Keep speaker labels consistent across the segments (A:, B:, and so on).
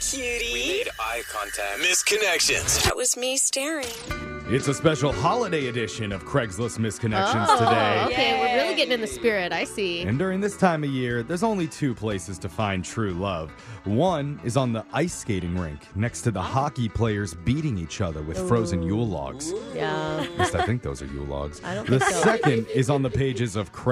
A: cutie.
B: Need eye contact. Misconnections.
A: That was me staring.
C: It's a special holiday edition of Craigslist Misconnections
D: Oh,
C: today.
D: okay. We're really getting in the spirit. I see.
C: And during this time of year, there's only two places to find true love. One is on the ice skating rink next to the
D: Oh.
C: hockey players beating each other with frozen Yule logs.
D: Yeah.
C: At least I think those are Yule logs.
D: I don't
C: the
D: think so.
C: second is on the pages of
D: Mm.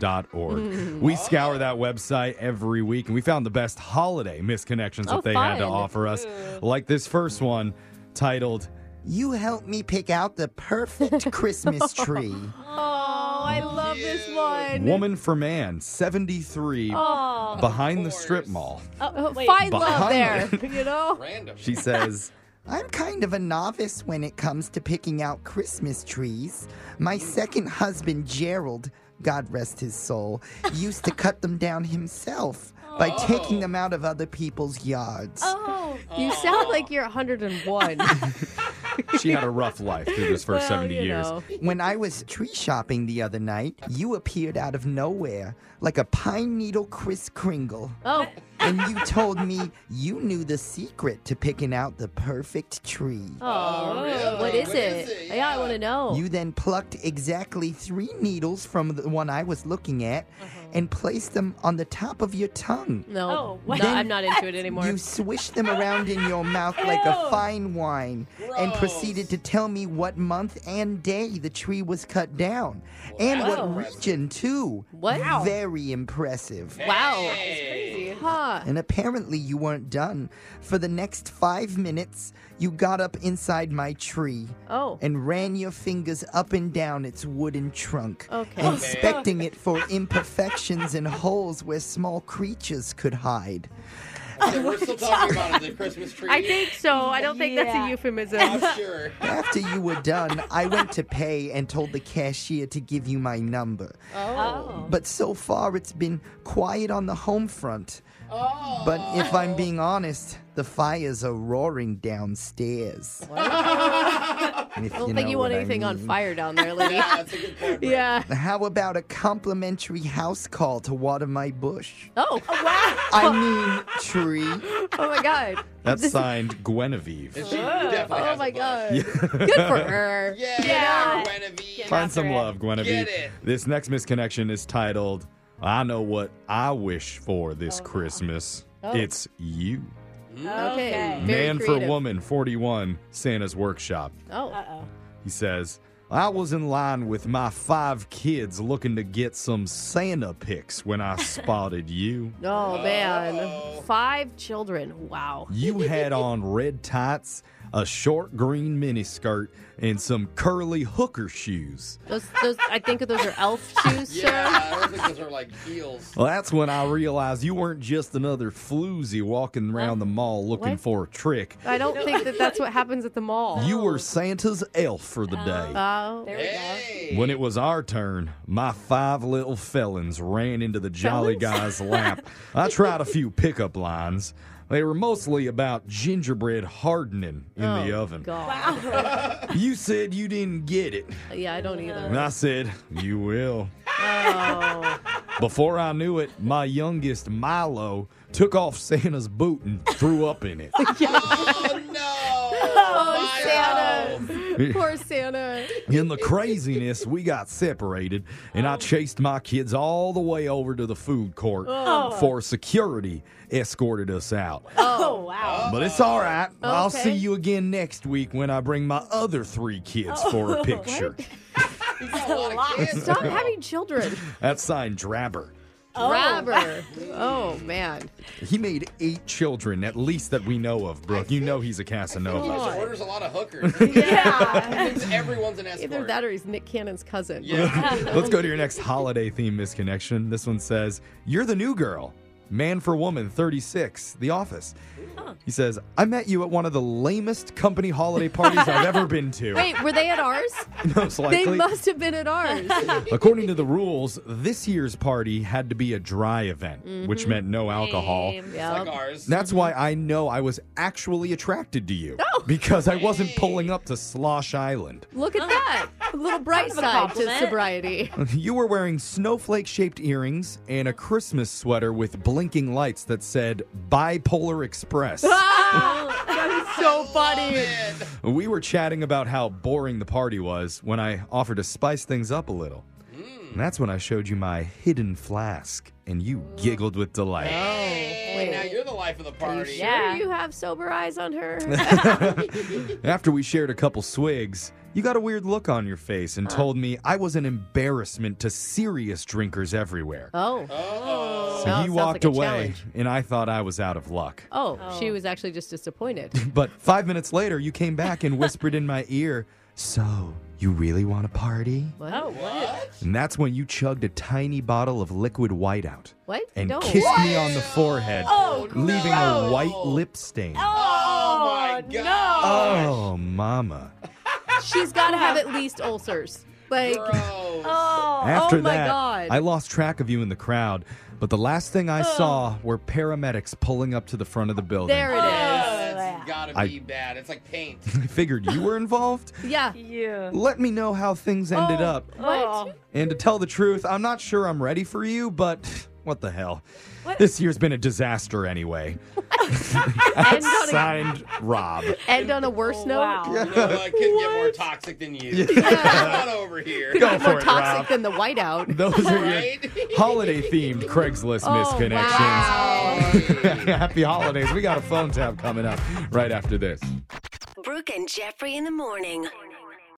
C: Craigslist.org. We scour that website every week and we found the best holiday misconnections
D: Oh,
C: that they had to
D: fun.
C: offer us. Like this first one titled,
E: You helped me pick out the perfect Christmas tree.
D: Oh, I love this one.
C: Woman for Man 73
D: Oh,
C: Behind the Strip Mall.
D: find love there.
C: Behind
D: You know.
C: She says,
E: I'm kind of a novice when it comes to picking out Christmas trees. My second husband, Gerald, God rest his soul, used to cut them down himself by taking them out of other people's yards.
D: Oh, you sound like you're 101.
C: she had a rough life through those first 70
D: you
C: years.
D: know.
E: When I was tree shopping the other night, you appeared out of nowhere like a pine needle Kris Kringle.
D: Oh,
E: And you told me you knew the secret to picking out the perfect tree.
D: oh, what is it? Yeah, I want to know.
E: You then plucked exactly three needles from the one I was looking at
D: Uh-huh.
E: and placed them on the top of your tongue.
D: no,
F: what?
D: no, I'm not into it anymore.
E: You swished them around in your mouth like a fine wine and proceeded to tell me what month and day the tree was cut down and what region, too.
D: What? Wow.
E: Very impressive.
D: wow, crazy, huh?
E: And apparently, you weren't done. For the next five minutes, you got up inside my tree
D: Oh,
E: and ran your fingers up and down its wooden trunk,
D: Okay.
E: inspecting it for imperfections and holes where small creatures could hide.
G: Okay, we're still talking about it, the Christmas tree.
D: I think so. I don't think that's
F: Yeah.
D: a euphemism.
G: I'm sure.
E: After you were done, I went to pay and told the cashier to give you my number.
D: Oh,
E: But so far, it's been quiet on the home front. But if
D: Oh.
E: I'm being honest, the fires are roaring downstairs.
D: I don't think you want anything on fire down there, lady.
G: Yeah, that's a good point. Brett.
D: yeah.
E: How about a complimentary house call to water my bush?
D: Oh, wow.
E: I mean, tree.
D: Oh my god.
C: That's signed Guinevere.
G: And she definitely
D: Oh
G: has
D: my
G: a bush.
D: god. Good for her.
G: Yeah,
D: Yeah.
G: Guinevere.
C: Find some love,
G: Get
C: Guinevere.
G: it.
C: This next misconnection is titled, I Know What I Wish For This
D: Oh,
C: Christmas. It's you.
D: Okay. Oh. Very
C: Man for
D: creative.
C: Woman 41, Santa's Workshop.
D: Oh.
F: Uh-oh.
C: He says, I was in line with my five kids looking to get some Santa pics when I spotted you.
D: Oh man. Five children. Wow.
C: You had on red tights, a short green miniskirt, and some curly hooker shoes.
D: Those those I think those are elf shoes, sir.
G: Yeah, I don't think those are like heels.
C: Well, that's when I realized you weren't just another floozy walking around the mall looking
D: what?
C: for a trick.
D: I don't think that that's what happens at the mall.
C: You were Santa's elf for the day.
D: Oh.
F: There we go.
G: Hey.
C: When it was our turn, my five little felons ran into the jolly guy's lap. I tried a few pickup lines. They were mostly about gingerbread hardening in the oven.
D: Oh, God.
C: You said you didn't get it.
D: Yeah, I don't either.
C: And I said, You will.
D: Oh.
C: Before I knew it, my youngest Milo took off Santa's boot and threw up in it.
G: Oh no! Oh,
D: Santa. Poor Santa.
C: In the craziness, we got separated, and I chased my kids all the way over to the food court for security escorted us out.
F: Oh, wow.
C: But it's all right. I'll
D: Okay.
C: see you again next week when I bring my other three kids
F: Oh,
C: for a picture.
G: He's got a lot of kids.
D: Stop having children.
C: That's signed Drabber.
D: Robber. Oh man.
C: He made eight children, at least that we know of, Brooke. You know he's a
G: He
C: Casanova.
G: just orders a lot of hookers.
D: Yeah.
G: Everyone's an escort.
D: Either that or he's Nick Cannon's cousin.
G: yeah.
C: Let's go to your next holiday theme misconnection. This one says, You're the new girl. Man for woman, 36, The Office. He says, I met you at one of the lamest company holiday parties I've ever been to.
D: Wait, were they at ours?
C: Most
D: They
C: likely.
D: must have been at ours.
C: According to the rules, this year's party had to be a dry event,
D: Mm-hmm.
C: which meant no alcohol.
G: like
D: yeah.
G: ours.
C: That's why I know I was
D: Oh.
C: actually attracted to you because I wasn't pulling up to Slosh Island.
D: Look at that. a little bright
A: Kind of a
D: side to
A: compliment.
D: sobriety.
C: You were wearing snowflake shaped earrings and a Christmas sweater with blinking lights that said Bipolar Express.
D: Oh, so
G: Oh,
D: funny.
C: we were chatting about how boring the party was when I offered to spice things up a little.
D: Hmm.
C: And that's when I showed you my hidden flask, and you giggled with delight.
G: Hey, now you're the life of the party.
A: sure? Yeah.
D: You have sober eyes on her.
C: After we shared a couple swigs, you got a weird look on your face and told me I was an embarrassment to serious drinkers everywhere.
D: Oh.
G: Oh.
C: So
D: Oh, it
C: you
D: sounds
C: walked
D: like a
C: away,
D: challenge.
C: and I thought I was out of luck.
D: Oh,
A: Oh.
D: she was actually just disappointed.
C: But five minutes later, you came back and whispered in my ear, So, you really want a party?
D: What?
A: Oh, what?
C: And that's when you chugged a tiny bottle of liquid whiteout
D: What?
C: and
D: no.
C: kissed me on the forehead,
A: Oh,
C: leaving a white lip stain.
G: Oh, my God.
C: Oh, mama.
D: She's got to have at least ulcers. Like,
G: Gross.
A: Oh.
C: After
D: my
C: that,
D: God.
C: I lost track of you in the crowd, but the last thing I saw were paramedics pulling up to the front of the building.
D: there it
G: That's gotta
C: I-
G: be bad. It's like paint.
C: I figured you were involved.
D: is. Yeah.
A: Yeah.
C: Let me know how things ended
D: Oh.
C: up.
A: Oh.
C: And to tell the truth, I'm not sure I'm ready for you, but what the hell? This year's been a disaster anyway.
D: End on, a,
C: Signed, Rob.
D: end on a worse note.
A: Wow.
G: You know, I couldn't get more toxic than you. Not over here.
C: Go
D: More
C: for it,
D: toxic
C: Rob.
D: than the whiteout.
C: Those are your
G: Right?
C: holiday-themed Craigslist
D: Oh,
C: misconnections.
D: wow.
C: Happy holidays. We got a phone tap coming up right after this.
F: Brooke and Jeffrey in the morning.